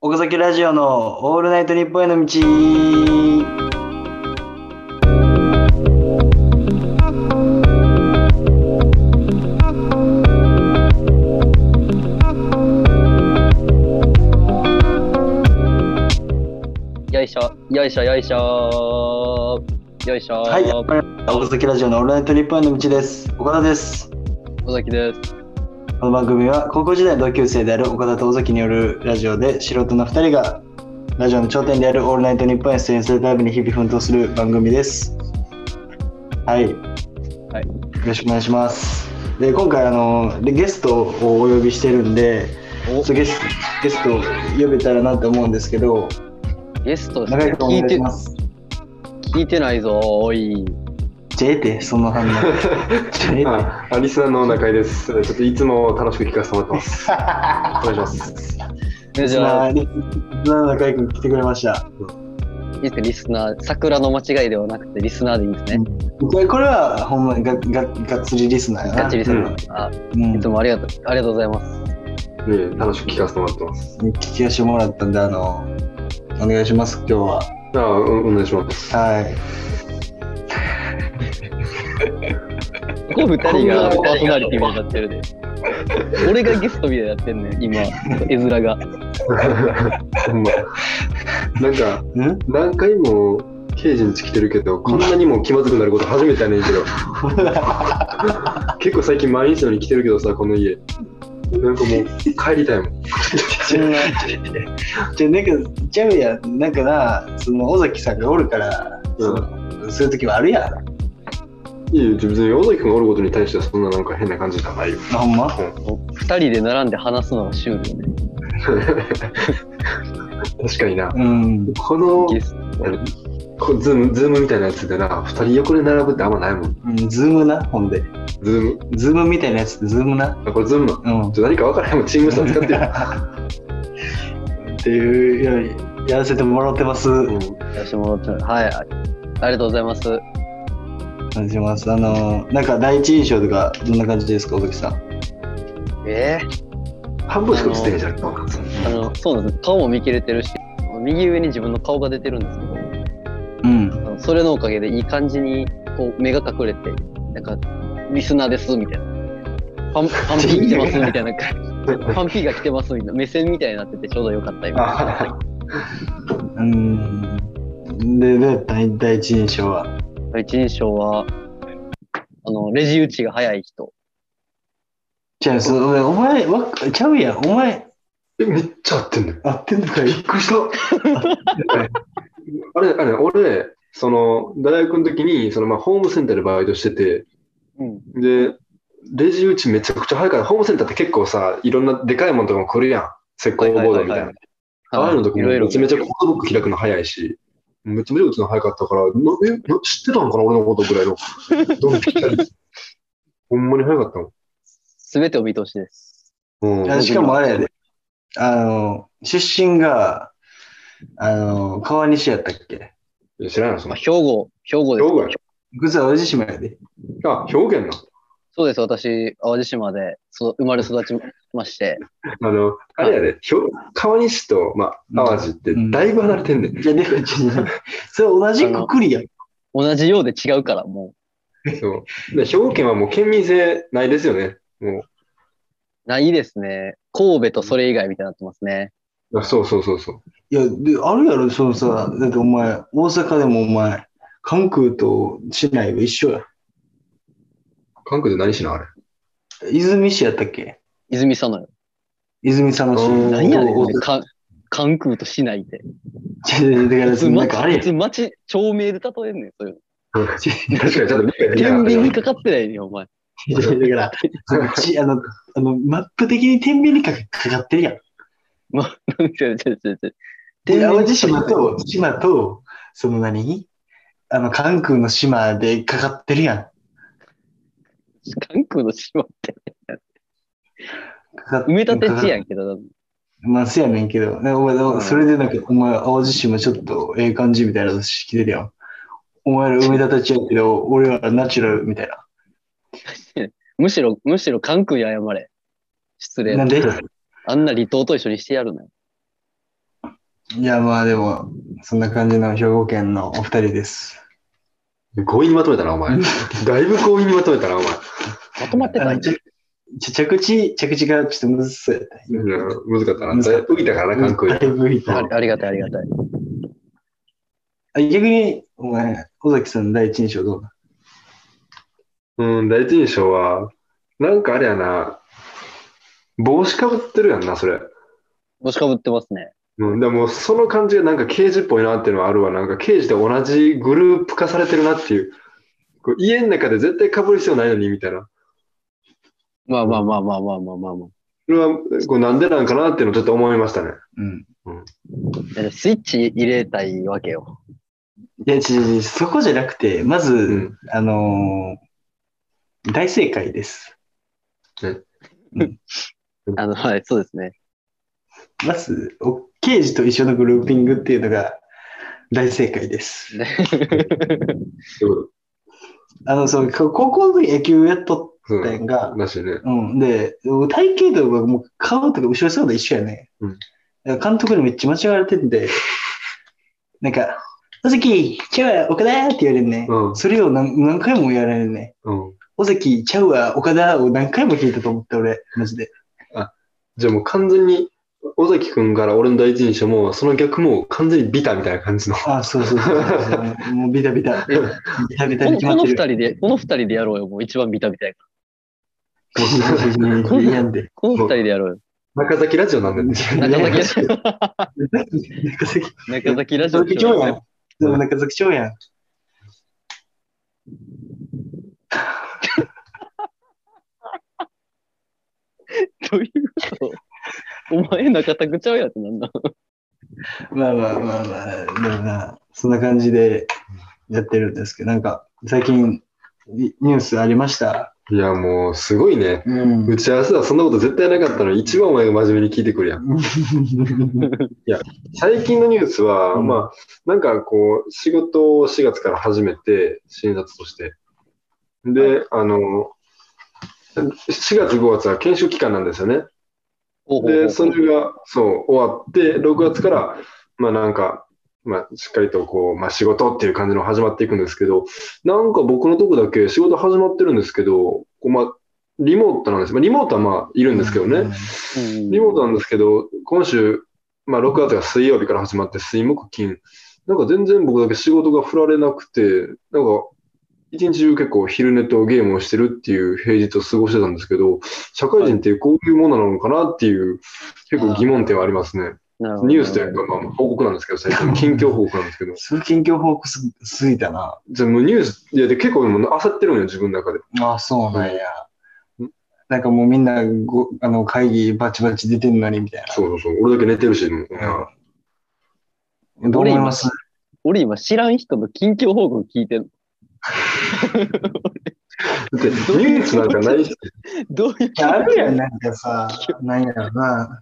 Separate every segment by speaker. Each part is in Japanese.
Speaker 1: 岡崎ラジオのオールナイトニッポンへの道。
Speaker 2: よいしょ、よいしょ、よいしょ。よいしょ。
Speaker 1: はい、やっぱり岡崎ラジオのオールナイトニッポンへの道です。岡田です。
Speaker 2: 尾崎です。
Speaker 1: この番組は高校時代の同級生である岡田と尾崎によるラジオで素人の2人がラジオの頂点であるオールナイトニッポンへ出演するために日々奮闘する番組です。はい。
Speaker 2: はい
Speaker 1: よろしくお願いします。で、今回あの、でゲストをお呼びしてるんで、
Speaker 2: お
Speaker 1: そうゲスゲストを呼べたらなと思うんですけど、
Speaker 2: ゲストです
Speaker 1: 中
Speaker 2: ね
Speaker 1: 井君お
Speaker 2: 聞い
Speaker 1: 願いしてます。
Speaker 2: 聞いてないぞ、おい。
Speaker 1: じゃあええって、その反応。じゃあ ええって
Speaker 3: はい、アリスナーの中井です。ちょっといつも楽しく聞かせてもらってます。お願いします。
Speaker 2: え
Speaker 1: リ
Speaker 2: じ
Speaker 1: ス
Speaker 2: ゃあ、
Speaker 1: ナ
Speaker 2: い
Speaker 1: ーリスナーの中井君来てくれました。
Speaker 2: いですかリスナー、桜の間違いではなくて、リスナーでいいんですね。
Speaker 1: これこれはほんまにがががっつりリスナーやな。
Speaker 2: ガチリスナ
Speaker 3: うん
Speaker 2: ー。あ
Speaker 1: うん
Speaker 2: いつもありがとう、ありがとうございます。
Speaker 3: いえいえ楽しく聞かせてもらってます。
Speaker 1: 聞き出してもらったんで、あの、お願いします、今日は。
Speaker 3: じゃあ、おお願い します。
Speaker 1: はい。
Speaker 2: こう二人がパーソナリティみたい
Speaker 3: こんな
Speaker 2: になってるで。俺がゲストみたいになってんねん、今、絵面が。
Speaker 3: ほんま。なんか、
Speaker 1: ん
Speaker 3: 何回も刑事に来てるけど、こんなにも気まずくなること初めてやねんけど。結構最近毎日のように来てるけどさ、この家。なんかもう帰りたいもん。
Speaker 1: じゃあ、じゃあなんか、ちゃうやん、なんかな、その、尾崎さんがおるから、そのそういう時はあるやん。
Speaker 3: いいよ、別に尾崎君がおることに対してはそんななんか変な感じじゃないよ。
Speaker 1: ほんま
Speaker 2: 二人で並んで話すのがシュールよね。
Speaker 3: 確かにな。
Speaker 1: うん。
Speaker 3: この
Speaker 2: ゲスト。
Speaker 3: こうズーム、ズームみたいなやつでな、二人横で並ぶってあんまないもん。
Speaker 1: うんズームな、ほんで。
Speaker 3: ズーム
Speaker 1: ズームみたいなやつってズームな。
Speaker 3: あ、これズームなの
Speaker 1: うん。
Speaker 3: ちょ何か分からへんもん、チームさん使ってよ。
Speaker 1: っていうようやらせてもらってます。
Speaker 3: う
Speaker 1: お
Speaker 3: ん
Speaker 2: やらせてもらってはい。あありがとうございます。
Speaker 1: 願いします。あの、なんか第一印象とか、どんな感じですか、尾崎さん。
Speaker 2: えー
Speaker 3: 半分しか映ってへんじゃん。なんか
Speaker 2: あの、そうなんです。顔も見切れてるし、右上に自分の顔が出てるんですけど、
Speaker 1: うん。
Speaker 2: あのそれのおかげでいい感じに、こう、目が隠れて、なんか、リスナーです、みたいな。パ ン、パンピー来てます、みたいな感じ。パンピーが来てます、みたいな。目線みたいになっててちょうどよかった、今。
Speaker 3: あ
Speaker 1: うん。で、どうやった第一印象は。
Speaker 2: 第一印象は、あの、レジ打ちが早い人。
Speaker 1: じゃあ、それお前、わちゃうやん。お前、
Speaker 3: え、めっちゃ合ってんのよ。
Speaker 1: 合ってんのかい
Speaker 3: びっくりした。 あれ、あれ、俺、その、大学の時に、その、まあ、ホームセンターでバイトしてて、
Speaker 2: うん。
Speaker 3: で、レジ打ちめちゃくちゃ早いから、ホームセンターって結構さ、いろんなでかいものとかも来るやん。石膏ボードみたいな。ああいうのとか
Speaker 2: い
Speaker 3: も
Speaker 2: ろいろ
Speaker 3: めちゃめちゃコードブック開くの早いし、めちゃめちゃ打つの早かったから、なえな知ってたのかな俺のことぐらいの。ドンピシャです ほんまに早かったも
Speaker 2: すべてお見通しです。
Speaker 3: ん。うん
Speaker 1: あしかもあれやで。あの、出身が、あの、川西やったっけ
Speaker 3: いや知らないのそ
Speaker 2: まあ、
Speaker 3: の
Speaker 2: 兵庫、兵庫
Speaker 3: 兵
Speaker 2: です。
Speaker 3: 庫や
Speaker 1: 実は淡路島やで。
Speaker 3: あ、兵庫県の。
Speaker 2: そうです、私、淡路島でそ生まれ育ちまして、
Speaker 3: あの、あれやで、兵川西と、まあ、淡路ってだいぶ離れてんねん。
Speaker 1: じゃあ、でも、ちょっとそれ同じくくりやん。
Speaker 2: 同じようで違うから、も
Speaker 3: そうで兵庫県はもう県民性ないですよね。も
Speaker 2: う、ないですね。神戸とそれ以外みたいになってますね。
Speaker 3: う。あそうそうそうそう。
Speaker 1: いや、で、あるやろ、そのさ、だってお前、大阪でもお前、関空と市内は一緒や。
Speaker 3: 韓国で何しなあれ。
Speaker 1: 泉市やったっけ
Speaker 2: 泉佐野よ。
Speaker 1: 泉佐野市。
Speaker 3: うん
Speaker 2: 何やね
Speaker 1: おお
Speaker 2: ん、か関空と市内で。
Speaker 1: ちょだから、
Speaker 2: 普
Speaker 1: そ
Speaker 2: 通
Speaker 1: のなん
Speaker 2: 町、
Speaker 1: かあれ
Speaker 2: 普
Speaker 1: や
Speaker 2: 通町、町名で例えんねん、そういうの。
Speaker 3: 確かにちょっと理解でき
Speaker 2: 天
Speaker 3: な かった
Speaker 2: 秤に
Speaker 3: け
Speaker 2: かかってないねん、お前。
Speaker 1: いやいやだから、ちあの、あの、マップ的に天秤にかかかってるやん。
Speaker 2: ちょちょちょちょ
Speaker 1: で、淡路島
Speaker 2: 天秤にかかって
Speaker 1: と、島と、その何あの、関空の島でかかってるやん。
Speaker 2: 関空の島って、
Speaker 1: かか
Speaker 2: 埋め立て地や
Speaker 1: ん。
Speaker 2: んけど、
Speaker 1: まあ、せやねんけど、ねお前、それでなんか、お前、淡路島ちょっとええ感じみたいなのしてきてるやん。お前ら埋め立て地やけど、俺はナチュラルみたいな。
Speaker 2: むしろ、むしろ関空に謝れ。失礼
Speaker 1: な
Speaker 2: なん
Speaker 1: で
Speaker 2: あんな離島と一緒にしてやるなよ。
Speaker 1: いや、まあでも、そんな感じの兵庫県のお二人です。
Speaker 3: 強引にまとめたな、お 前。だいぶ強引にまとめたな、お前。
Speaker 2: まとまって
Speaker 1: あ
Speaker 2: た
Speaker 1: のちょちょ着地、着地がちょっとむずそうやった。今
Speaker 3: いや難かったな。
Speaker 1: 難かった
Speaker 3: 浮いたからな、韓国
Speaker 1: だ。いぶ浮いた
Speaker 2: ありありがたい、ありがたい。
Speaker 1: あ逆に、お前、尾崎さんの第一印象どうだ
Speaker 3: うん、第一印象は、なんかあれやな、帽子かぶってるやんな、それ。
Speaker 2: 帽子かぶってますね。
Speaker 3: うん、でもその感じがなんか刑事っぽいなっていうのはあるわ。なんか刑事で同じグループ化されてるなっていう。こう家の中で絶対かぶる必要ないのに、みたいな。
Speaker 2: まあまあまあまあまあまあまあまあ。
Speaker 3: それは、こうなんでなんかなっていうのをちょっと思いましたね。
Speaker 1: うん。
Speaker 2: だからスイッチ入れたいわけよ。
Speaker 1: いや、違う違う、そこじゃなくて、まず、
Speaker 3: ん
Speaker 1: あのー大正解です。
Speaker 2: あの、はい、そうですね。
Speaker 1: まず、お刑事と一緒のグルーピングっていうのが大正解です。
Speaker 3: そう
Speaker 1: あの、そう、か高校の時野球やっと
Speaker 3: そう
Speaker 1: ったやんが、
Speaker 3: らしいね。
Speaker 1: うん。で、体型とかもう顔とか後ろ姿一緒やね。
Speaker 3: うん
Speaker 1: だから監督にめっちゃ間違われてんで、なんか、尾崎、ちゃうわ、岡田って言われるね。
Speaker 3: うん
Speaker 1: それを何何回もやられるね。
Speaker 3: うん。
Speaker 1: 尾崎、ちゃうわ、岡田を何回も聞いたと思った俺、マジで。
Speaker 3: じゃあもう完全に、尾崎くんから俺の第一印象も、その逆も完全にビタみたいな 感じの。
Speaker 1: あ、そうそうそうそう。もうビタビタ。ビタビタ
Speaker 2: こ
Speaker 1: に
Speaker 2: の
Speaker 1: 決
Speaker 2: こ
Speaker 1: まっ
Speaker 2: の
Speaker 1: てる。
Speaker 2: 二人で、この二人でやろうよ、もう一番ビタビタやから。
Speaker 1: いやんで。
Speaker 2: この二人でやろうよ。
Speaker 3: 中崎ラジオなんだよね。
Speaker 2: 中崎ラ
Speaker 1: 中
Speaker 2: ジ
Speaker 1: 崎
Speaker 2: オ。中崎ラジ
Speaker 1: 中
Speaker 2: オ。
Speaker 1: 崎長やん。でも中崎長やん。
Speaker 2: どういうことお前中田くちゃうやってなんだ。
Speaker 1: まあまあまあまあ、でもな、そんな感じでやってるんですけど、なんか最近ニニュースありました。
Speaker 3: いや、もうすごいね。
Speaker 1: うん
Speaker 3: 打ち合わせはそんなこと絶対なかったのに、一番お前が真面目に聞いてくるやん。最近のニュースは、
Speaker 1: うん
Speaker 3: まあ、なんかこう、仕事を4月から始めて、診察として。で、あの、4月5月は研修期間なんですよね。
Speaker 2: ほうほうほ
Speaker 3: で、
Speaker 2: う
Speaker 3: それが、そう、終わって、6月から、まあなんか、まあ、しっかりとこう、まあ仕事っていう感じの始まっていくんですけど、なんか僕のとこだけ仕事始まってるんですけど、こうまあ、リモートなんです。まあ、リモートはまあ、いるんですけどね。
Speaker 2: うん
Speaker 3: リモートなんですけど、今週、まあ、6月が水曜日から始まって、水木金、なんか全然僕だけ仕事が振られなくて、なんか、一日中結構昼寝とゲームをしてるっていう平日を過ごしてたんですけど、社会人ってこういうものなのかなっていう、結構疑問点はありますね。
Speaker 2: なるほど
Speaker 3: ニュースというか、まあ、報告なんですけど、最近、近況報告なんですけど、
Speaker 1: すごい近況報告すすぎたな。
Speaker 3: じゃあもうニュース、いや、で結構もう焦ってるんよ、自分の中で。
Speaker 1: ああ、そうなんや
Speaker 3: うん。
Speaker 1: なんかもうみんなごあの会議バチバチ出てんのにみたい
Speaker 3: そうそうそう、俺だけ寝てるし、もう
Speaker 1: な。うん、どう思います
Speaker 2: 俺今知らん人の近況報告聞いてんの
Speaker 3: だってニュースなんかないし、
Speaker 2: どういう
Speaker 1: いやあるやん、なんかさ、なんやろな。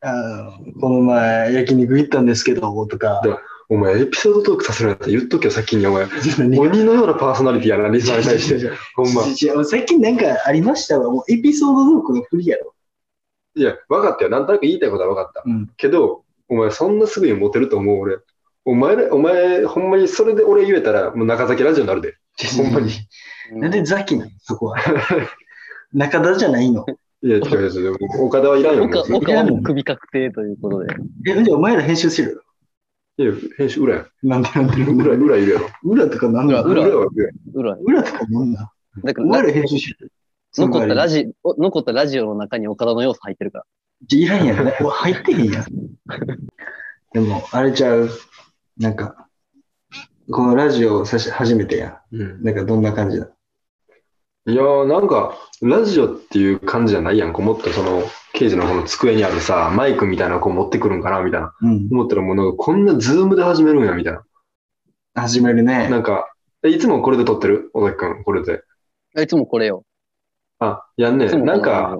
Speaker 1: あのこの前、焼肉行ったんですけど、とか。
Speaker 3: お前エピソードトークさせるんやったら言っとけよ、先にお前。
Speaker 1: 鬼
Speaker 3: 鬼のようなパーソナリティやな、リスナーに 対して。ほんま。
Speaker 1: 違う違う最近なんかありましたわ。もうエピソードトークの振りやろ。
Speaker 3: いや、分かったよ。なんとなく言いたいことは分かった。
Speaker 1: うん
Speaker 3: けど、お前そんなすぐにモテると思う、俺。お前ら、お前、ほんまにそれで俺言えたら、もう中崎ラジオになるで。ほんまに。い
Speaker 1: なんでザキなのそ こは。中田じゃないの。
Speaker 3: や、違う違う違う。もう岡田はいらんよ、も
Speaker 2: 岡
Speaker 3: う。
Speaker 2: 岡はもう首確定ということで。
Speaker 1: え、じゃあお前ら編集する
Speaker 3: いや、編集裏やん。
Speaker 1: なんでなんで
Speaker 3: 裏、
Speaker 1: 裏
Speaker 3: 裏いるやろ。
Speaker 1: 裏とかなんだ
Speaker 2: 裏
Speaker 1: 裏
Speaker 3: 裏は裏やん
Speaker 2: 裏。
Speaker 1: 裏とかなんだ
Speaker 2: だか
Speaker 1: お前
Speaker 2: ら、
Speaker 1: ら編集しろよその
Speaker 2: 残
Speaker 1: 代わ
Speaker 2: っ
Speaker 1: り
Speaker 2: た
Speaker 1: に
Speaker 2: ラジお残ったラジオの中に岡田の要素入ってるから。
Speaker 1: いらんやん。 お入ってへんやん。でも、あれちゃう。なんか、このラジオをさし初めてや
Speaker 3: うん
Speaker 1: ん。なんかどんな感じだ
Speaker 3: いやーなんか、ラジオっていう感じじゃないやん。こうもっとその、刑事のこの机にあるさ、マイクみたいなのをこう持ってくるんかな、みたいな。
Speaker 1: うん。
Speaker 3: 思ったらもうなんか、こんなズームで始めるんや、みたいな。
Speaker 1: 始めるね。
Speaker 3: なんか、えいつもこれで撮ってる尾崎くん、これで。
Speaker 2: あいつもこれよ。
Speaker 3: あ、やんね
Speaker 2: いつもこ
Speaker 3: な
Speaker 2: の
Speaker 3: んか、、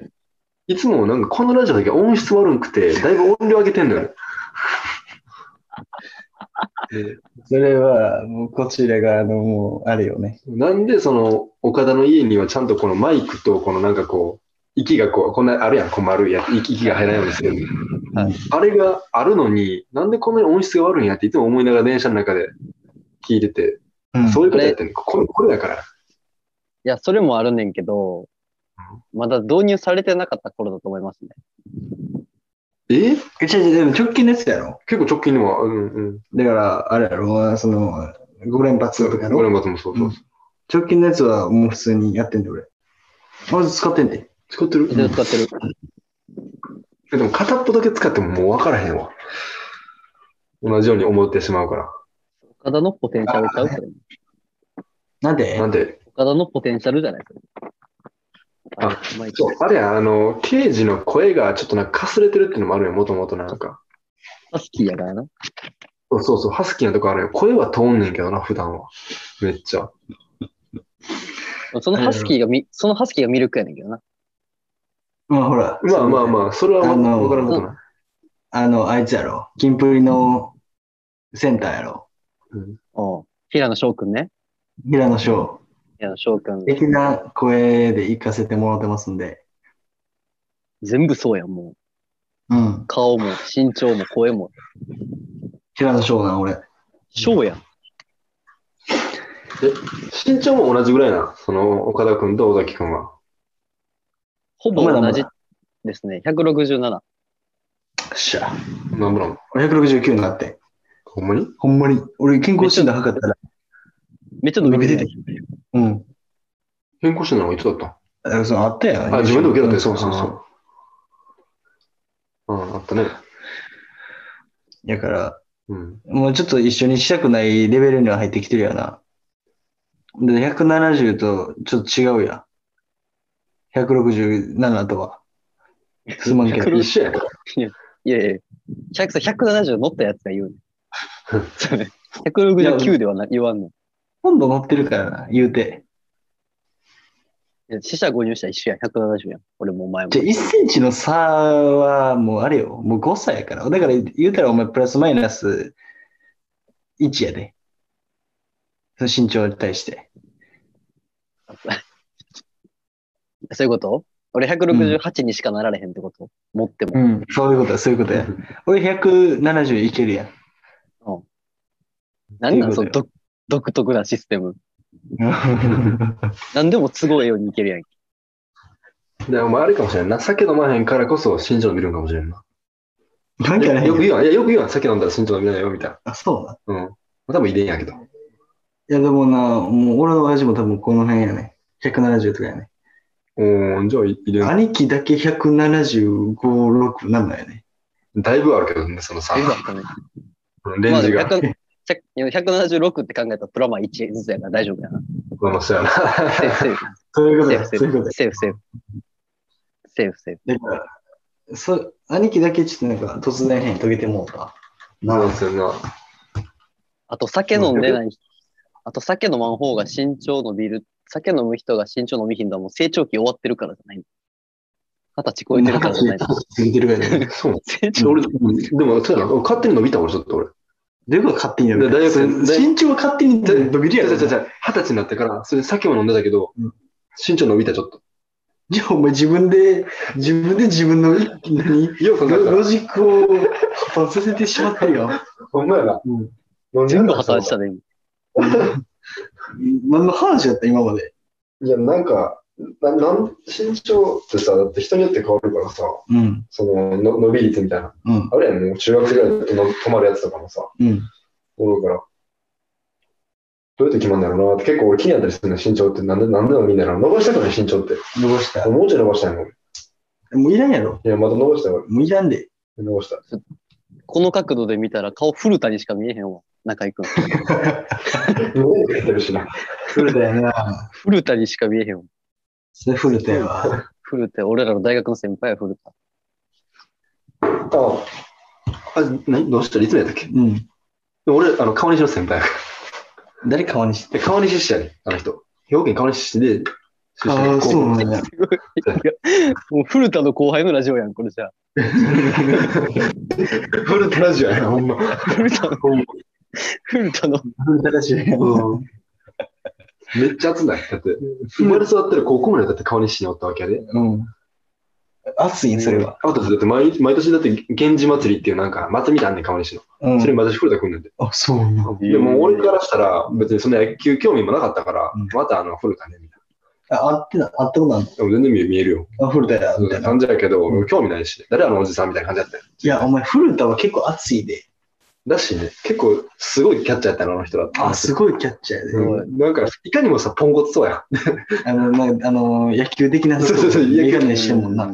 Speaker 3: いつもなんかこのラジオだけ音質悪くて、だいぶ音量上げてんのよね。で
Speaker 1: それは、もうこちらが、あの、もう、あれよね。
Speaker 3: なんでその、岡田の家にはちゃんとこのマイクと、このなんかこ息がこう、こんなあるやん、こう丸いやつ息息が入らないようにする。
Speaker 1: はい
Speaker 3: あれがあるのに、なんでこんなに音質が悪いんやっていつも思いながら電車の中で聞いてて、
Speaker 1: うん
Speaker 3: そういうことやってんの。これ、これだから。
Speaker 2: いや、それもあるねんけど、まだ導入されてなかった頃だと思いますね。
Speaker 3: え
Speaker 1: え違う違う、でも直近のやつやろ。
Speaker 3: 結構直近でも、うんうん。
Speaker 1: だから、あれやろ、その、5連発とかや
Speaker 3: 俺
Speaker 1: ろ。
Speaker 3: も松もそうそう。
Speaker 1: 直近のやつはもう普通にやってんで、俺。まず使ってんで。
Speaker 3: 使ってる
Speaker 2: 一応使ってる。
Speaker 3: でも片っぽだけ使ってももう分からへんわ。同じように思ってしまうから。
Speaker 2: 岡田のポテンシャルちゃうそれ
Speaker 1: なんで
Speaker 3: なんで、
Speaker 2: 岡田のポテンシャルじゃないですか。
Speaker 3: あ、
Speaker 2: うまい
Speaker 3: そう、あれや、あの、刑事の声がちょっとなんかかすれてるっていうのもあるよ、もともとなんか。
Speaker 2: ハスキーやからな。
Speaker 3: そうそうそう、ハスキーなとこあるよ。声は通んねんけどな、普段は。めっちゃ。
Speaker 2: そのハスキーがみ、そのハスキーが魅力やねんけどな。
Speaker 1: まあほら。
Speaker 3: まあまあ
Speaker 1: あ。
Speaker 3: まあ、それは
Speaker 1: あの
Speaker 3: 分からんことない。
Speaker 1: あの、あいつやろ。金プリのセンターやろ。
Speaker 2: おう平野翔くんね。
Speaker 1: 平野翔。
Speaker 2: 平野翔くん。
Speaker 1: 的な声で行かせてもらってますんで。
Speaker 2: 全部そうやん、もう。
Speaker 1: うん。
Speaker 2: 顔も、身長も、声も。
Speaker 1: 平野翔な、俺。
Speaker 2: 翔やん。
Speaker 3: 身長も同じぐらいな、その、岡田君と尾崎君は。
Speaker 2: ほぼ
Speaker 1: まだまだ
Speaker 2: 同じですね。167。
Speaker 1: くっしゃ。
Speaker 3: なんぼなん
Speaker 1: 俺169になって。
Speaker 3: ほんまに
Speaker 1: ほんまに。俺健康診断測ったら。
Speaker 2: めっちゃ伸びてて。
Speaker 1: うん。
Speaker 3: 変更してんのはいつだった
Speaker 1: だからそのあったやん。
Speaker 3: あ、自分で受けたって、そうそうそう。うん、あったね。
Speaker 1: うん。だから、
Speaker 3: うん。
Speaker 1: もうちょっと一緒にしたくないレベルには入ってきてるよな。で、170とちょっと違うやん。167とは。すまんけど。
Speaker 2: 160
Speaker 3: 一緒やん。
Speaker 2: いやいや、100さ170乗ったやつが言 うね。そうね169ではな言わんの。
Speaker 1: 今度乗ってるからな、言うて。
Speaker 2: いや死者誤入したら一緒やん、170やん。俺もお前も
Speaker 1: じ。ゃあ1センチの差はもうあれよ、もう5歳やから。だから言うたらお前プラスマイナス1やで。その身長に対して。
Speaker 2: そういうこと俺168にしかなられへんってこと、持っても。
Speaker 1: ん。そういうことや、そういうことや。俺170いける やん。
Speaker 2: 何なん
Speaker 1: そ
Speaker 2: そう
Speaker 1: い
Speaker 2: の
Speaker 1: うこと
Speaker 2: 独独特なシステム。何でも都合ええようにいけるやん。
Speaker 3: でお前あれかもしれんな。酒飲まへんからこそ身長伸びるんかもしれんな。
Speaker 1: なんかね、
Speaker 3: よく言うわ。いや、よく言うわ。酒飲んだら身長伸びないよ、みたいな。
Speaker 1: あ、そうな。
Speaker 3: うん。多分遺伝やけど。
Speaker 1: いや、でもな、もう俺の親父も多分この辺やね。170とかやね。
Speaker 3: おー、じゃあ遺伝。
Speaker 1: 兄貴だけ175、6、7やね。
Speaker 3: だいぶあるけどね、そのさ、
Speaker 2: よかったね。
Speaker 3: レンジが。
Speaker 2: まあ100 176って考えたらプラマ1ずつやから大丈夫やな。
Speaker 3: まあまあ、そうやな。
Speaker 2: セーフセーフ。
Speaker 1: そういうこと
Speaker 2: セー
Speaker 1: や、
Speaker 2: フ
Speaker 1: そ
Speaker 2: セ
Speaker 1: ういうこ
Speaker 2: ー
Speaker 1: とや。
Speaker 2: フ。セーフセーフ。セーフセーフ。
Speaker 1: だから、そ兄貴だけちょっとなんか突然変に遂げてもうた。な
Speaker 3: なん
Speaker 1: あ、
Speaker 3: せな。
Speaker 2: あと酒飲んでない。あと酒飲まん方が身長伸びる。酒飲む人が身長伸びひんのはもう成長期終わってるからじゃない。二十歳超えてるから じゃない。
Speaker 1: 言ってるから ね。
Speaker 3: そう。
Speaker 2: 成
Speaker 3: で
Speaker 2: 長
Speaker 3: 俺、でも、そうやな。俺勝手に伸びた俺、ちょっと俺。
Speaker 1: どういうこと勝手に伸びる
Speaker 3: だ大学
Speaker 1: それ身長は勝手に伸びるや
Speaker 3: 違う
Speaker 1: ろ。
Speaker 3: 違う違
Speaker 1: じゃ
Speaker 3: う。二十歳になってから、それで酒も飲んでたけど
Speaker 1: うん、
Speaker 3: 身長伸びた、ちょっと。
Speaker 1: あお前自分で、自分で自分の何
Speaker 3: よう考えた
Speaker 1: ロ
Speaker 3: ら
Speaker 1: ロジックを破綻させてしまってるよ。
Speaker 3: ほんまやな。
Speaker 1: うん
Speaker 2: 全部破綻したね。
Speaker 1: 何の話やった今まで。
Speaker 3: いや、なんか、ななん身長ってさ、だって人によって変わるからさ、
Speaker 1: うん、
Speaker 3: そのの伸び率みたいな。
Speaker 1: うん、
Speaker 3: あれやん、もう中学ぐらいで止ま止まるやつとかもさ、
Speaker 1: うん。
Speaker 3: 思うから、どうやって決まるんだろうなって結構俺気になったりするの、身長って。なんで、なんで伸びんだろう。伸ばしたくない、身長って。
Speaker 1: 伸ばした。
Speaker 3: もうちょい伸ばしたいもん。い
Speaker 1: もういらんやろ。
Speaker 3: や、また伸ばしたよ、
Speaker 1: もういらんで。
Speaker 3: 俺。伸ばした。
Speaker 2: この角度で見たら顔古田にしか見えへんわ。中井くん。
Speaker 3: 伸びてるしな。
Speaker 1: 古田やな。
Speaker 2: 古田にしか見えへんわ。
Speaker 1: それ古田やわ。
Speaker 2: 古田、俺らの大学の先輩は古田。
Speaker 3: ああ、などうしたいつのやったっけ
Speaker 1: うん。
Speaker 3: 俺、あの、川西の先輩やか
Speaker 1: 誰顔にして。
Speaker 3: ら。で川西市やねん、あの人。兵庫県川西市で、出身
Speaker 1: ああ、そうなんや。
Speaker 2: すごい。いやもう古田の後輩のラジオやん、これじゃあ。
Speaker 3: フルテラジオやな、ほんま。
Speaker 2: 古田の、
Speaker 3: ほんま
Speaker 2: 古田の、
Speaker 1: 古田らしいやん。
Speaker 3: うんめっちゃ熱ない。だって、生まれ育ってる高校までだって川西市におったわけやで。
Speaker 1: うん。暑いん、それは。
Speaker 3: あとだって毎日、毎年だって、源氏祭りっていうなんか、祭りみたいなねん、かまりしの。
Speaker 1: うん
Speaker 3: それ毎年古田来んねんで。
Speaker 1: あ、そうな。
Speaker 3: でも、俺からしたら、別にそんな野球興味もなかったから
Speaker 1: うん、
Speaker 3: またあの、古田ね、みたい
Speaker 1: あ、あってな、あったことある
Speaker 3: な。でも全然見え見えるよ。
Speaker 1: あ、古田や、みたいな
Speaker 3: 感。じやけど、
Speaker 1: う
Speaker 3: 興味ないし、誰あのおじさんみたいな感じだったよ。
Speaker 1: いや、お前、古田は結構暑いで。
Speaker 3: だしね、結構、すごいキャッチャーやったの、あの人だって。
Speaker 1: あ、すごいキャッチャーやで。
Speaker 3: うんなんか、いかにもさ、ポンコツそうやん。
Speaker 1: あの、なんかあの野球できなさ
Speaker 3: そう
Speaker 1: そ
Speaker 3: そう
Speaker 1: う。
Speaker 3: そう野
Speaker 1: メ
Speaker 3: 球
Speaker 1: ガネしてんもんな。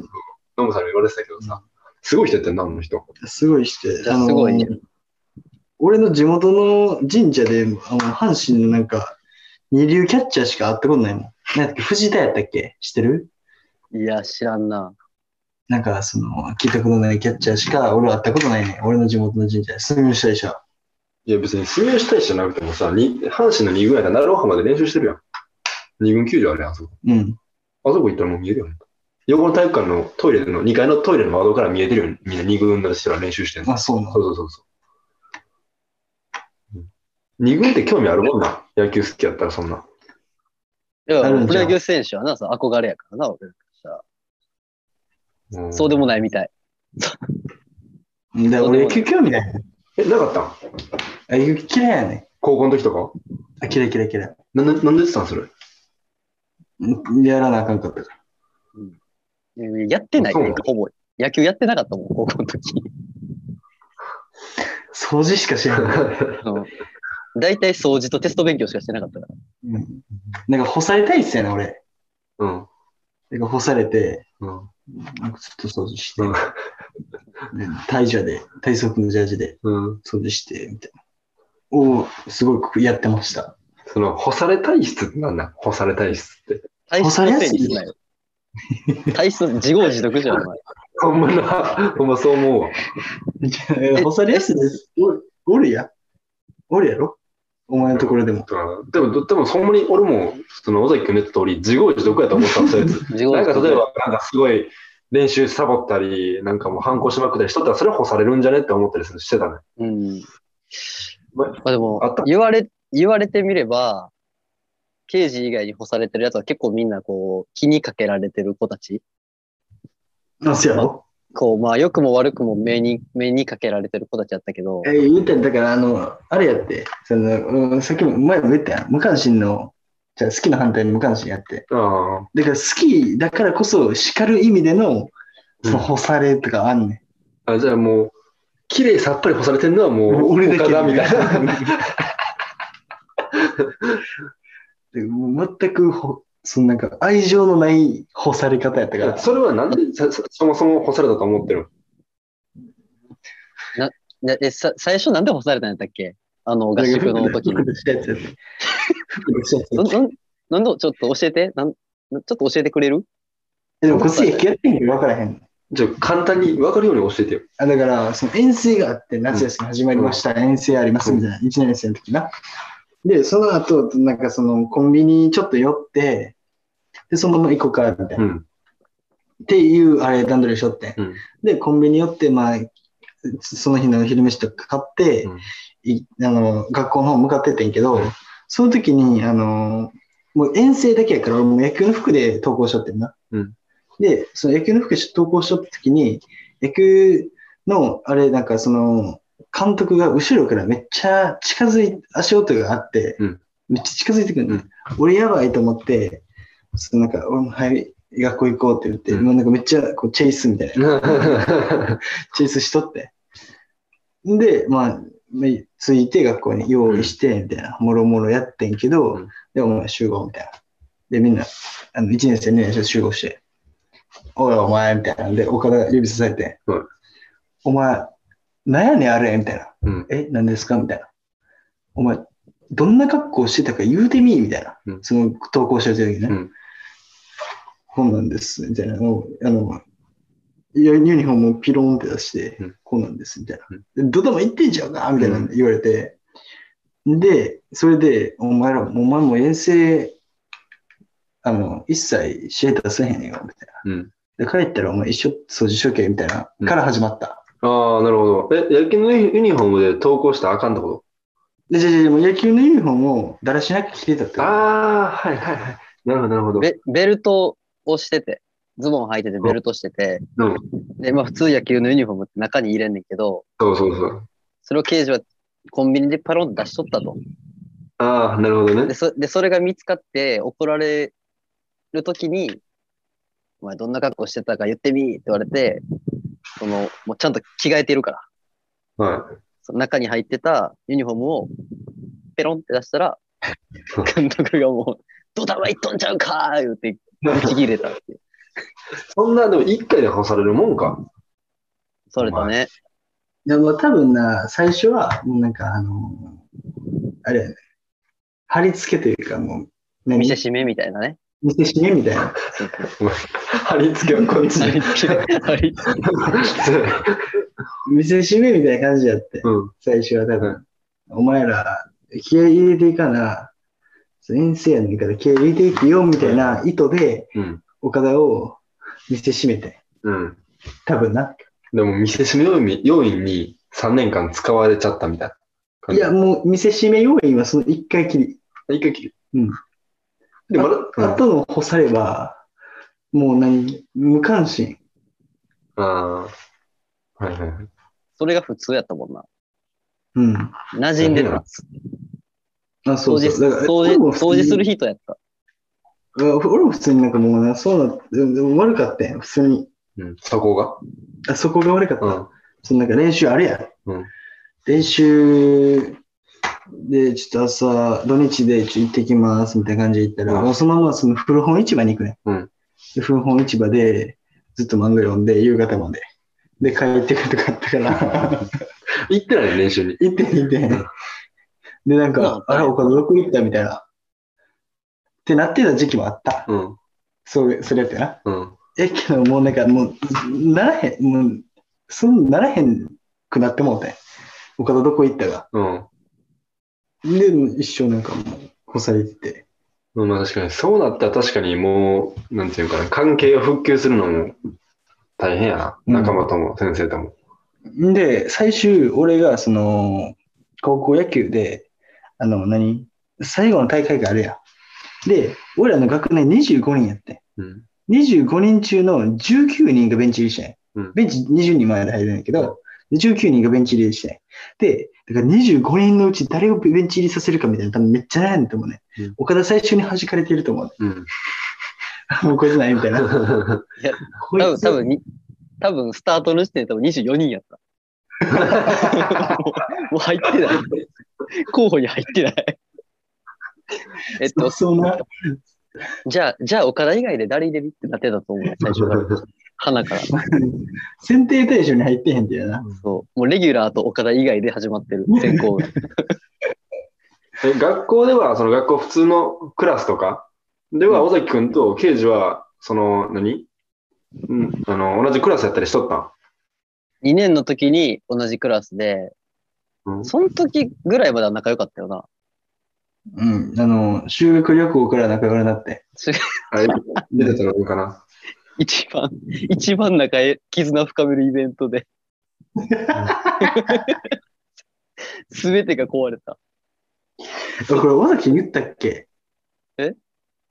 Speaker 3: ノムさんに言われてたけどさ、すごい人やったよな、あの人。
Speaker 1: すごいして、
Speaker 2: やすごいね
Speaker 1: 俺の地元の神社で、あの阪神のなんか、二流キャッチャーしか会ったことないもん。なんだっけ、藤田やったっけ知ってる
Speaker 2: いや、知らんな。
Speaker 1: なんか、その、聞いたことないキャッチャーしか、俺は会ったことないね。俺の地元の神社で、住吉大社。
Speaker 3: いや、別に、指名したいじゃなくてもさ、に阪神の2軍やったら、奈良浜で練習してるやん。2軍球場あるやん、あそこ。
Speaker 1: うん。
Speaker 3: あそこ行ったらもう見えるよね。横の体育館のトイレの、2階のトイレの窓から見えてるよ、みんな2軍の人ら練習してるの。
Speaker 1: あ、そうな
Speaker 3: そうそうそうそう。2軍って興味あるもんな、野球好きやったらそんな。
Speaker 2: だか
Speaker 1: ある
Speaker 2: ら
Speaker 1: ん
Speaker 2: プ
Speaker 1: じゃ
Speaker 2: ロ
Speaker 1: ん
Speaker 2: 野球選手はな、その憧れやからな、俺らからしたら
Speaker 3: うん
Speaker 2: そうでもないみたい。
Speaker 1: んだ。俺、野球興味ない。
Speaker 3: え、なかったん
Speaker 1: あ、野球嫌いやね。
Speaker 3: 高校の時とか
Speaker 1: あ、嫌い嫌い嫌い。
Speaker 3: なんで、なんでってたんそれ。
Speaker 1: うんやらなあかんかったから。
Speaker 2: うんやってないっていうか、ほぼ。野球やってなかったもん、高校の時。
Speaker 1: 掃除しかしない。
Speaker 2: 大体掃除とテスト勉強しかしてなかったか
Speaker 1: う
Speaker 2: ら。
Speaker 1: ん。なんか、干されたいっすよね、俺。
Speaker 3: うん。
Speaker 1: なんか、干されて、
Speaker 3: うん。
Speaker 1: なんかちょっと掃除して
Speaker 3: う、ん
Speaker 1: で大社で、体側のジャージで
Speaker 3: うん。
Speaker 1: 掃除して、みたいな。を、すごくやってました。
Speaker 3: その、干され体質ってなんだ干され体質って。
Speaker 2: 体質のせいにすなよ。体質、自業自得じゃん、お前。
Speaker 3: ほんまな、 ほんまそう思うわ。
Speaker 1: 干されやすいです。おるおるや。おるやろお前のところでも。
Speaker 3: でも、でも、ほんまに俺も、その、尾崎君の言った通り、自業自得やと思ってたんです よ、そいつ。
Speaker 2: 自業
Speaker 3: なん
Speaker 2: 自
Speaker 3: か、
Speaker 2: 得
Speaker 3: 例えば、なんかすごい、練習サボったり、なんかもう反抗しまくったりしとったら、それは干されるんじゃねって思ったりするしてたね。
Speaker 2: うん。
Speaker 3: ま
Speaker 2: まあでも
Speaker 3: あった、
Speaker 2: 言われ、言われてみれば、刑事以外に干されてるやつは結構みんなこう、気にかけられてる子たち。
Speaker 1: あ、そうやろ
Speaker 2: こう、まあ、良くも悪くも目に、目にかけられてる子たちだったけど
Speaker 1: え、ー、言うたんだから、あの、あれやって、その、うんさっきも、前も言ったやん。無関心の、じゃあ好きの反対の無関心やって。
Speaker 3: ああ。
Speaker 1: だから、好きだからこそ、叱る意味での、その、
Speaker 3: うん
Speaker 1: 干されとかあんねん。
Speaker 3: あじゃあもう、綺麗さっぱり干されてるのはもう、
Speaker 1: 俺だけ
Speaker 3: 岡田みたいな。
Speaker 1: でもう全くほ、そのなんか愛情のない干され方やった
Speaker 3: い
Speaker 1: か
Speaker 3: や
Speaker 1: ら、
Speaker 3: それはなん でそそそもそも干されたと思ってるの
Speaker 2: なえ、さ、最初なんで干されたんやったっけあの、合宿の時に
Speaker 1: 服。としたやつやった服とした
Speaker 2: な
Speaker 1: や
Speaker 2: ん、
Speaker 1: つや
Speaker 2: なん、なんのちょっと教えてなん、ちょっと教えてくれる
Speaker 1: でも、こっち野球やってんけど分からへん。
Speaker 3: じゃあ簡単に分かるように教えてよ。
Speaker 1: あだから、その遠征があって、夏休み始まりました、遠征ありますみたいな、1年生の時な。で、その後、なんかそのコンビニちょっと寄って、で、そのまま行こうか、みたいな。
Speaker 3: うん。
Speaker 1: っていう、あれ、段取りしょって。
Speaker 3: うん
Speaker 1: で、コンビニ寄って、まあ、その日の昼飯とか買って、
Speaker 3: うん
Speaker 1: いあの学校の方向かっててんけど、
Speaker 3: うん
Speaker 1: その時に、あの、もう遠征だけやから、俺もう野球の服で投稿しちゃってんな。
Speaker 3: うん
Speaker 1: で、その野球の服で投稿しちゃった時に、野球の、あれ、なんかその、監督が後ろからめっちゃ近づい、足音があって、
Speaker 3: うん
Speaker 1: めっちゃ近づいてくるの、
Speaker 3: うん
Speaker 1: 俺やばいと思って、そのなんか、俺もはい、学校行こうって言って、
Speaker 3: うん
Speaker 1: もうなんかめっちゃこうチェイスみたいな。 チェイスしとって。で、まあ、めついて学校に用意して、みたいな、もろもろやってんけど、
Speaker 3: うん
Speaker 1: で、お前集合、みたいな。で、みんな、あの1年生、2年生集合して、おい、お前、みたいな。で、岡田指さされて、
Speaker 3: うん
Speaker 1: お前、なんやねん、あれ、みたいな。
Speaker 3: うん
Speaker 1: え、何ですかみたいな。お前、どんな格好してたか言うてみ、みたいな。
Speaker 3: うん
Speaker 1: その投稿してる時にね。
Speaker 3: うん
Speaker 1: こんなんです、みたいなのを、あの、ユユニフォームをピローンって出して、
Speaker 3: うん
Speaker 1: こうなんです、みたいな。でどこでも行ってんじゃんかみたいなの言われて、で、それで、お前ら、お前も遠征、あの、一切試合出せへんよ、みたい
Speaker 3: うん
Speaker 1: な。で、帰ったら、お前一緒、掃除しとけ、みたいな、
Speaker 3: うん
Speaker 1: から始まった。
Speaker 3: ああ、なるほど。え、野球のユニフォームで投稿したらあかんってこ
Speaker 1: で、じゃあじゃあもう野球のユニフォームをだらしなく着てたって
Speaker 3: と
Speaker 1: こと
Speaker 3: ああ、はいはいはい。なるほど、なるほど。
Speaker 2: ベベルトをしてて。ズボン履いててベルトしてて、
Speaker 3: うん
Speaker 2: で、まあ普通野球のユニフォームって中に入れんねんけど、
Speaker 3: そうそうそう。
Speaker 2: それを刑事はコンビニでパロンと出しとったと。
Speaker 3: ああ、なるほど
Speaker 2: で、
Speaker 3: ね。
Speaker 2: そでそれが見つかって怒られるときに、お前どんな格好してたか言ってみって言われて、その、もうちゃんと着替えてるから、
Speaker 3: は
Speaker 2: その中に入ってたユニフォームをペロンって出し たら、監督がもう、ドタバいっとんちゃうかー言って、打ち切れたっていう。
Speaker 3: い。そんな、でも一回で干されるもんか。
Speaker 2: それとね、
Speaker 1: でも多分な、最初は、もうなんかあの、あれやね、貼り付けというか、もう、何
Speaker 2: 見せ
Speaker 1: 見
Speaker 2: しめみたいなね。
Speaker 1: せしめみたいな。
Speaker 3: 貼り付けはこっち
Speaker 2: 貼り
Speaker 3: に。
Speaker 2: 付け貼り付け
Speaker 1: 見せしめみたいな感じやって、
Speaker 3: うん。
Speaker 1: 最初は多
Speaker 3: う
Speaker 1: 分。お前ら、気合い入れていかな、先生の言い方、気合い入れていくよ、みたいな意図で、
Speaker 3: うん。
Speaker 1: 岡田を見せしめて、
Speaker 3: うん。
Speaker 1: 多分な。
Speaker 3: でも、見せしめ要員要員に3年間使われちゃったみたいな感
Speaker 1: い
Speaker 3: じ。
Speaker 1: や、もう見せしめ要因はその一回きり。
Speaker 3: 一回きり。
Speaker 1: うん。
Speaker 3: でも、
Speaker 1: あ
Speaker 3: あ
Speaker 1: との干されば、もう何、無関心。
Speaker 3: あー。はいはいはい。
Speaker 2: それが普通やったもんな。
Speaker 1: うん。
Speaker 2: 馴染んでた。
Speaker 1: あ、 そ
Speaker 2: 掃
Speaker 1: う
Speaker 2: 除、
Speaker 1: そう。だから
Speaker 2: 掃
Speaker 1: 俺
Speaker 2: 除、
Speaker 1: も普通に
Speaker 2: 掃除する人やった。
Speaker 1: うん俺も普通になんかもうな、そうな、うんでも悪かったよ、普通に。
Speaker 3: うん。そこが。
Speaker 1: あそこが悪かった。
Speaker 3: うん。
Speaker 1: そのなんか練習あれや。
Speaker 3: うん
Speaker 1: 練習で、ちょっと朝、土日でちょっと行ってきますみたいな感じで行ったら、
Speaker 3: うん
Speaker 1: もうそのままその古本市場に行くね。
Speaker 3: うん
Speaker 1: で古本市場でずっと漫画読んで、夕方まで。で、帰ってくるとかあった から、
Speaker 3: 行ってないね練習に。
Speaker 1: 行って行ってで、
Speaker 3: ん。
Speaker 1: なん
Speaker 2: うん
Speaker 1: か、あら、岡田どこ行ったみたいな。ってなってた時期もあった。
Speaker 3: うん。
Speaker 1: そう、それやったよな。
Speaker 3: うん。
Speaker 1: え、けどもうなんかもう、ならへん、もう、そんならへんくなってもうて。岡田どこ行ったが。
Speaker 3: うん。
Speaker 1: で、一生なんかもう、干されてて。
Speaker 3: うんまあ確かに、そうなったら確かにもう、なんていうかな、関係を復旧するのも大変やな。
Speaker 1: うん
Speaker 3: 仲間とも、先生とも。
Speaker 1: んで、最終、俺がその、高校野球で、あの、何最後の大会があるやん。で、俺らの学年25人やって。
Speaker 3: うん。
Speaker 1: 25人中の19人がベンチ入りしたんや。
Speaker 3: うん
Speaker 1: ベンチ20人前で入るんやけど、で19人がベンチ入りしたんや。で、だから25人のうち誰をベンチ入りさせるかみたいな、多分めっちゃ悩んだと思うね。
Speaker 3: うん
Speaker 1: 岡田最初に弾かれてると思う。
Speaker 3: うん。
Speaker 1: もうこいつないみたいな。こ
Speaker 2: 多
Speaker 1: い
Speaker 2: 分、
Speaker 1: つ
Speaker 2: 多分に、多分、スタートの時点で多分24人やった。 もうもう入ってない。候補に入ってない。 えっと、
Speaker 1: そうな。
Speaker 2: じゃあ、じゃあ、岡田以外で誰入れるってなってたと思う、 最初から。花から。
Speaker 1: 選定対象に入ってへんだよな。
Speaker 2: そう。もうレギュラーと岡田以外で始まって る、選考が。
Speaker 3: え学校では、その学校普通のクラスとかでは、
Speaker 2: う
Speaker 3: 尾崎くんと刑事は、その、何うん、あの、同じクラスやったりしとったん
Speaker 2: 2年の時に同じクラスで、
Speaker 3: うん
Speaker 2: その時ぐらいまでは仲良かったよな。
Speaker 1: うん。あの、修学旅行から仲良くなって。
Speaker 3: あれ、出てたのかな
Speaker 2: 一番、 一番仲良い絆深めるイベント で。すべてが壊れた。
Speaker 1: あこれ、尾崎言ったっけ
Speaker 2: え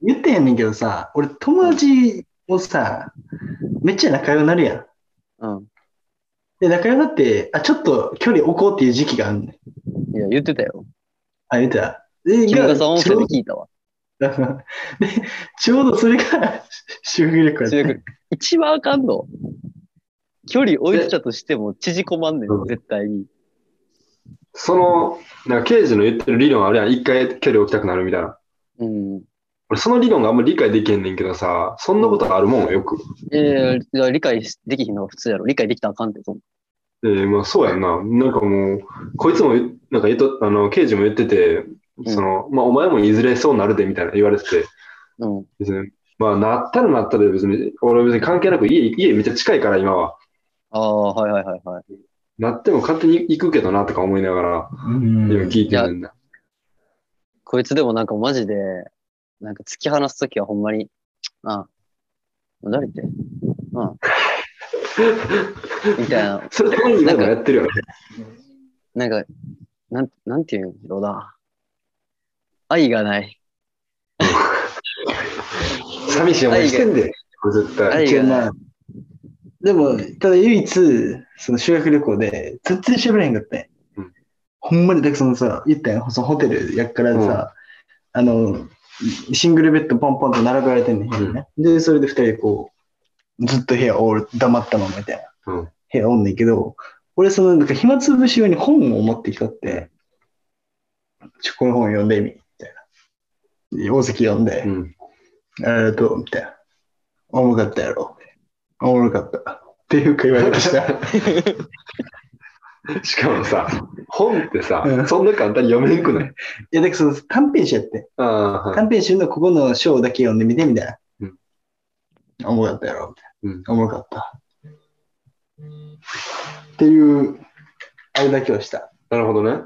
Speaker 1: 言ってへんねんけどさ、俺、友達をさ、めっちゃ仲良くなるやん。
Speaker 2: うん。
Speaker 1: で、仲良くなって、あ、ちょっと距離置こうっていう時期があるねん。
Speaker 2: いや、言ってたよ。
Speaker 1: あ、言ってた。で、
Speaker 2: 木村さん音
Speaker 1: ちょ
Speaker 2: 声
Speaker 1: う
Speaker 2: で
Speaker 1: ど
Speaker 2: 聞いたわ。
Speaker 1: で、ちょうどそれが 修学旅行やった
Speaker 2: 修学一番あかんの。距離置いてたとしても縮こまんね
Speaker 3: うん
Speaker 2: ん、絶対に。
Speaker 3: その、なんか刑事の言ってる理論あるやん。一回距離置きたくなるみたいな。
Speaker 2: うん。
Speaker 3: 俺、その理論があんまり理解できへんねんけどさ、そんなことあるもん、よく。
Speaker 2: ええいや理解できひんのが普通やろ。理解できたらあかんって、そんな
Speaker 3: えー、まあそうやんな。なんかもう、こいつも言っ、なんか言っと、あの、刑事も言ってて、その、まあお前もいずれそうなるでみたいな言われてて、
Speaker 2: うん。
Speaker 3: 別に、まあなったらなったで別に、俺は別に関係なく家、家めっちゃ近いから今は。
Speaker 2: ああ、はいはいはいはい。
Speaker 3: なっても勝手に行くけどなとか思いながら、
Speaker 1: うん
Speaker 3: 今聞いてるんだ。
Speaker 2: こいつでもなんかマジで、なんか突き放すときはほんまに、ああ、誰って、 うん。みたいな、
Speaker 3: それたまになんかやってるよね。
Speaker 2: なんか、なん、なんていうんだろうな。愛がない。
Speaker 3: 寂しい思いしてんで。絶対。
Speaker 2: い
Speaker 1: けどな。でも、ただ唯一、その修学旅行で、全然喋らへんかったんや
Speaker 3: うん
Speaker 1: ほんまに、だからそのさ、言ったやん、そのホテルやっからさ、あの、シングルベッドポンポンと並べられてんねん部屋にね、で、それで二人でこう、ずっと部屋おる、黙ったままみたいな、
Speaker 3: うん
Speaker 1: 部屋おんねんけど、俺、その、なんか暇つぶし用に本を持ってきたって、ちょ、この本読んでみ、みたいな。で大関読んで、
Speaker 3: うん。
Speaker 1: ありがとう、みたいな。おもろかったやろ。おもろかった。っていうか言われ ました。
Speaker 3: しかもさ、本ってさ
Speaker 1: う、ん
Speaker 3: そんな簡単に読めんくない
Speaker 1: いや、だからその短編集やって。
Speaker 3: ああ、はい。
Speaker 1: 短編集のここの章だけ読んでみて、みたいな。おもろかったやろ。
Speaker 3: う
Speaker 1: み
Speaker 3: ん
Speaker 1: たいなおもろかった。っていう、あれだけをした。
Speaker 3: なるほどね。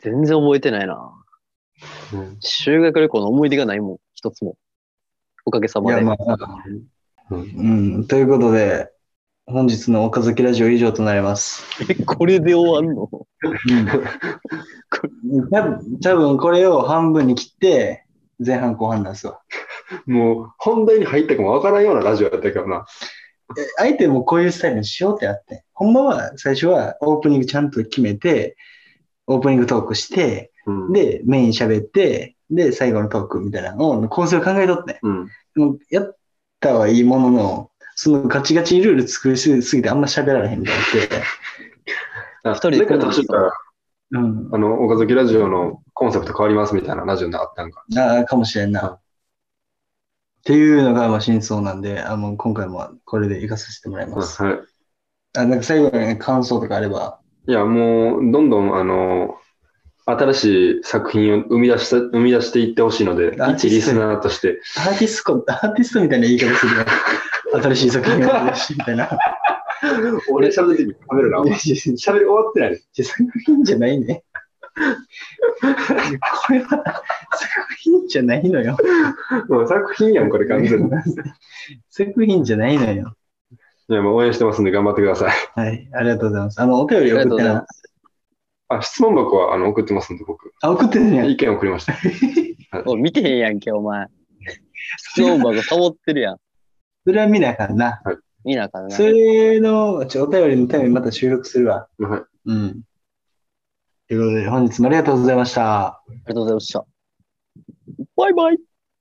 Speaker 2: 全然覚えてないな。
Speaker 3: うん
Speaker 2: 修学旅行の思い出がないもん、一つも。おかげさ
Speaker 1: い
Speaker 2: ま
Speaker 1: や、
Speaker 2: で。
Speaker 1: まあ、うん。ということで、本日の岡崎ラジオ以上となります。
Speaker 2: え、 これで終わんの
Speaker 1: うん。多分多分これを半分に切って、前半後半なんですわ。
Speaker 3: もう、本題に入ったかもわからんようなラジオやったけどな。
Speaker 1: あえてもうこういうスタイルにしようってなって。ほんまは最初はオープニングちゃんと決めて、オープニングトークして、
Speaker 3: うん。
Speaker 1: で、メイン喋って、で、最後のトークみたいなのを構成を考えとって。
Speaker 3: うん。
Speaker 1: もうやったはいいものの、そのガチガチにルール作りすぎてあんま喋られへんみたいになって。
Speaker 3: 一
Speaker 2: 人で
Speaker 3: だから確か、
Speaker 1: うん。
Speaker 3: あの、岡崎ラジオのコンセプト変わりますみたいなラジオになったんか。
Speaker 1: ああ、かもしれんな。っていうのがまあ真相なんで、あもう今回もこれで行かさせてもらいます。
Speaker 3: はい。
Speaker 1: あなんか最後にね感想とかあれば。
Speaker 3: いや、もう、どんどん、あの、新しい作品を生み出した、生み出していってほしいので、
Speaker 1: あ
Speaker 3: 一リスナーとして、
Speaker 1: アーティスト、アーティストみたいな言い方す るよ。新しい作品を出してみたいな。
Speaker 3: 俺喋ってみる、食べるな。
Speaker 1: い
Speaker 3: 喋
Speaker 1: やいやい
Speaker 3: り終わってない。
Speaker 1: や作品じゃないね。これは作品じゃないのよ。
Speaker 3: もう作品やん、これ完全に。
Speaker 1: 作品じゃないのよ。
Speaker 3: いや、もう応援してますんで、頑張ってください。
Speaker 1: はい、ありがとうございます。あの、お便り
Speaker 2: ありがと
Speaker 1: 送
Speaker 2: う
Speaker 1: っ
Speaker 2: ご
Speaker 1: て
Speaker 2: ざい
Speaker 1: な
Speaker 2: ま。
Speaker 3: あ、質問箱は、あの、送ってますんで、僕。
Speaker 1: あ、送ってるやん。
Speaker 3: 意見送りました。
Speaker 2: おい見てへんやんけ、お前。質問箱サボってるやん。
Speaker 1: それは見なあかんな。
Speaker 2: 見なあかんな。
Speaker 1: それの、ちょ、お便りのためにまた収録するわ。
Speaker 3: はい。
Speaker 1: うん。ということで、本日もありがとうございました。
Speaker 2: ありがとうございました。バイバイ。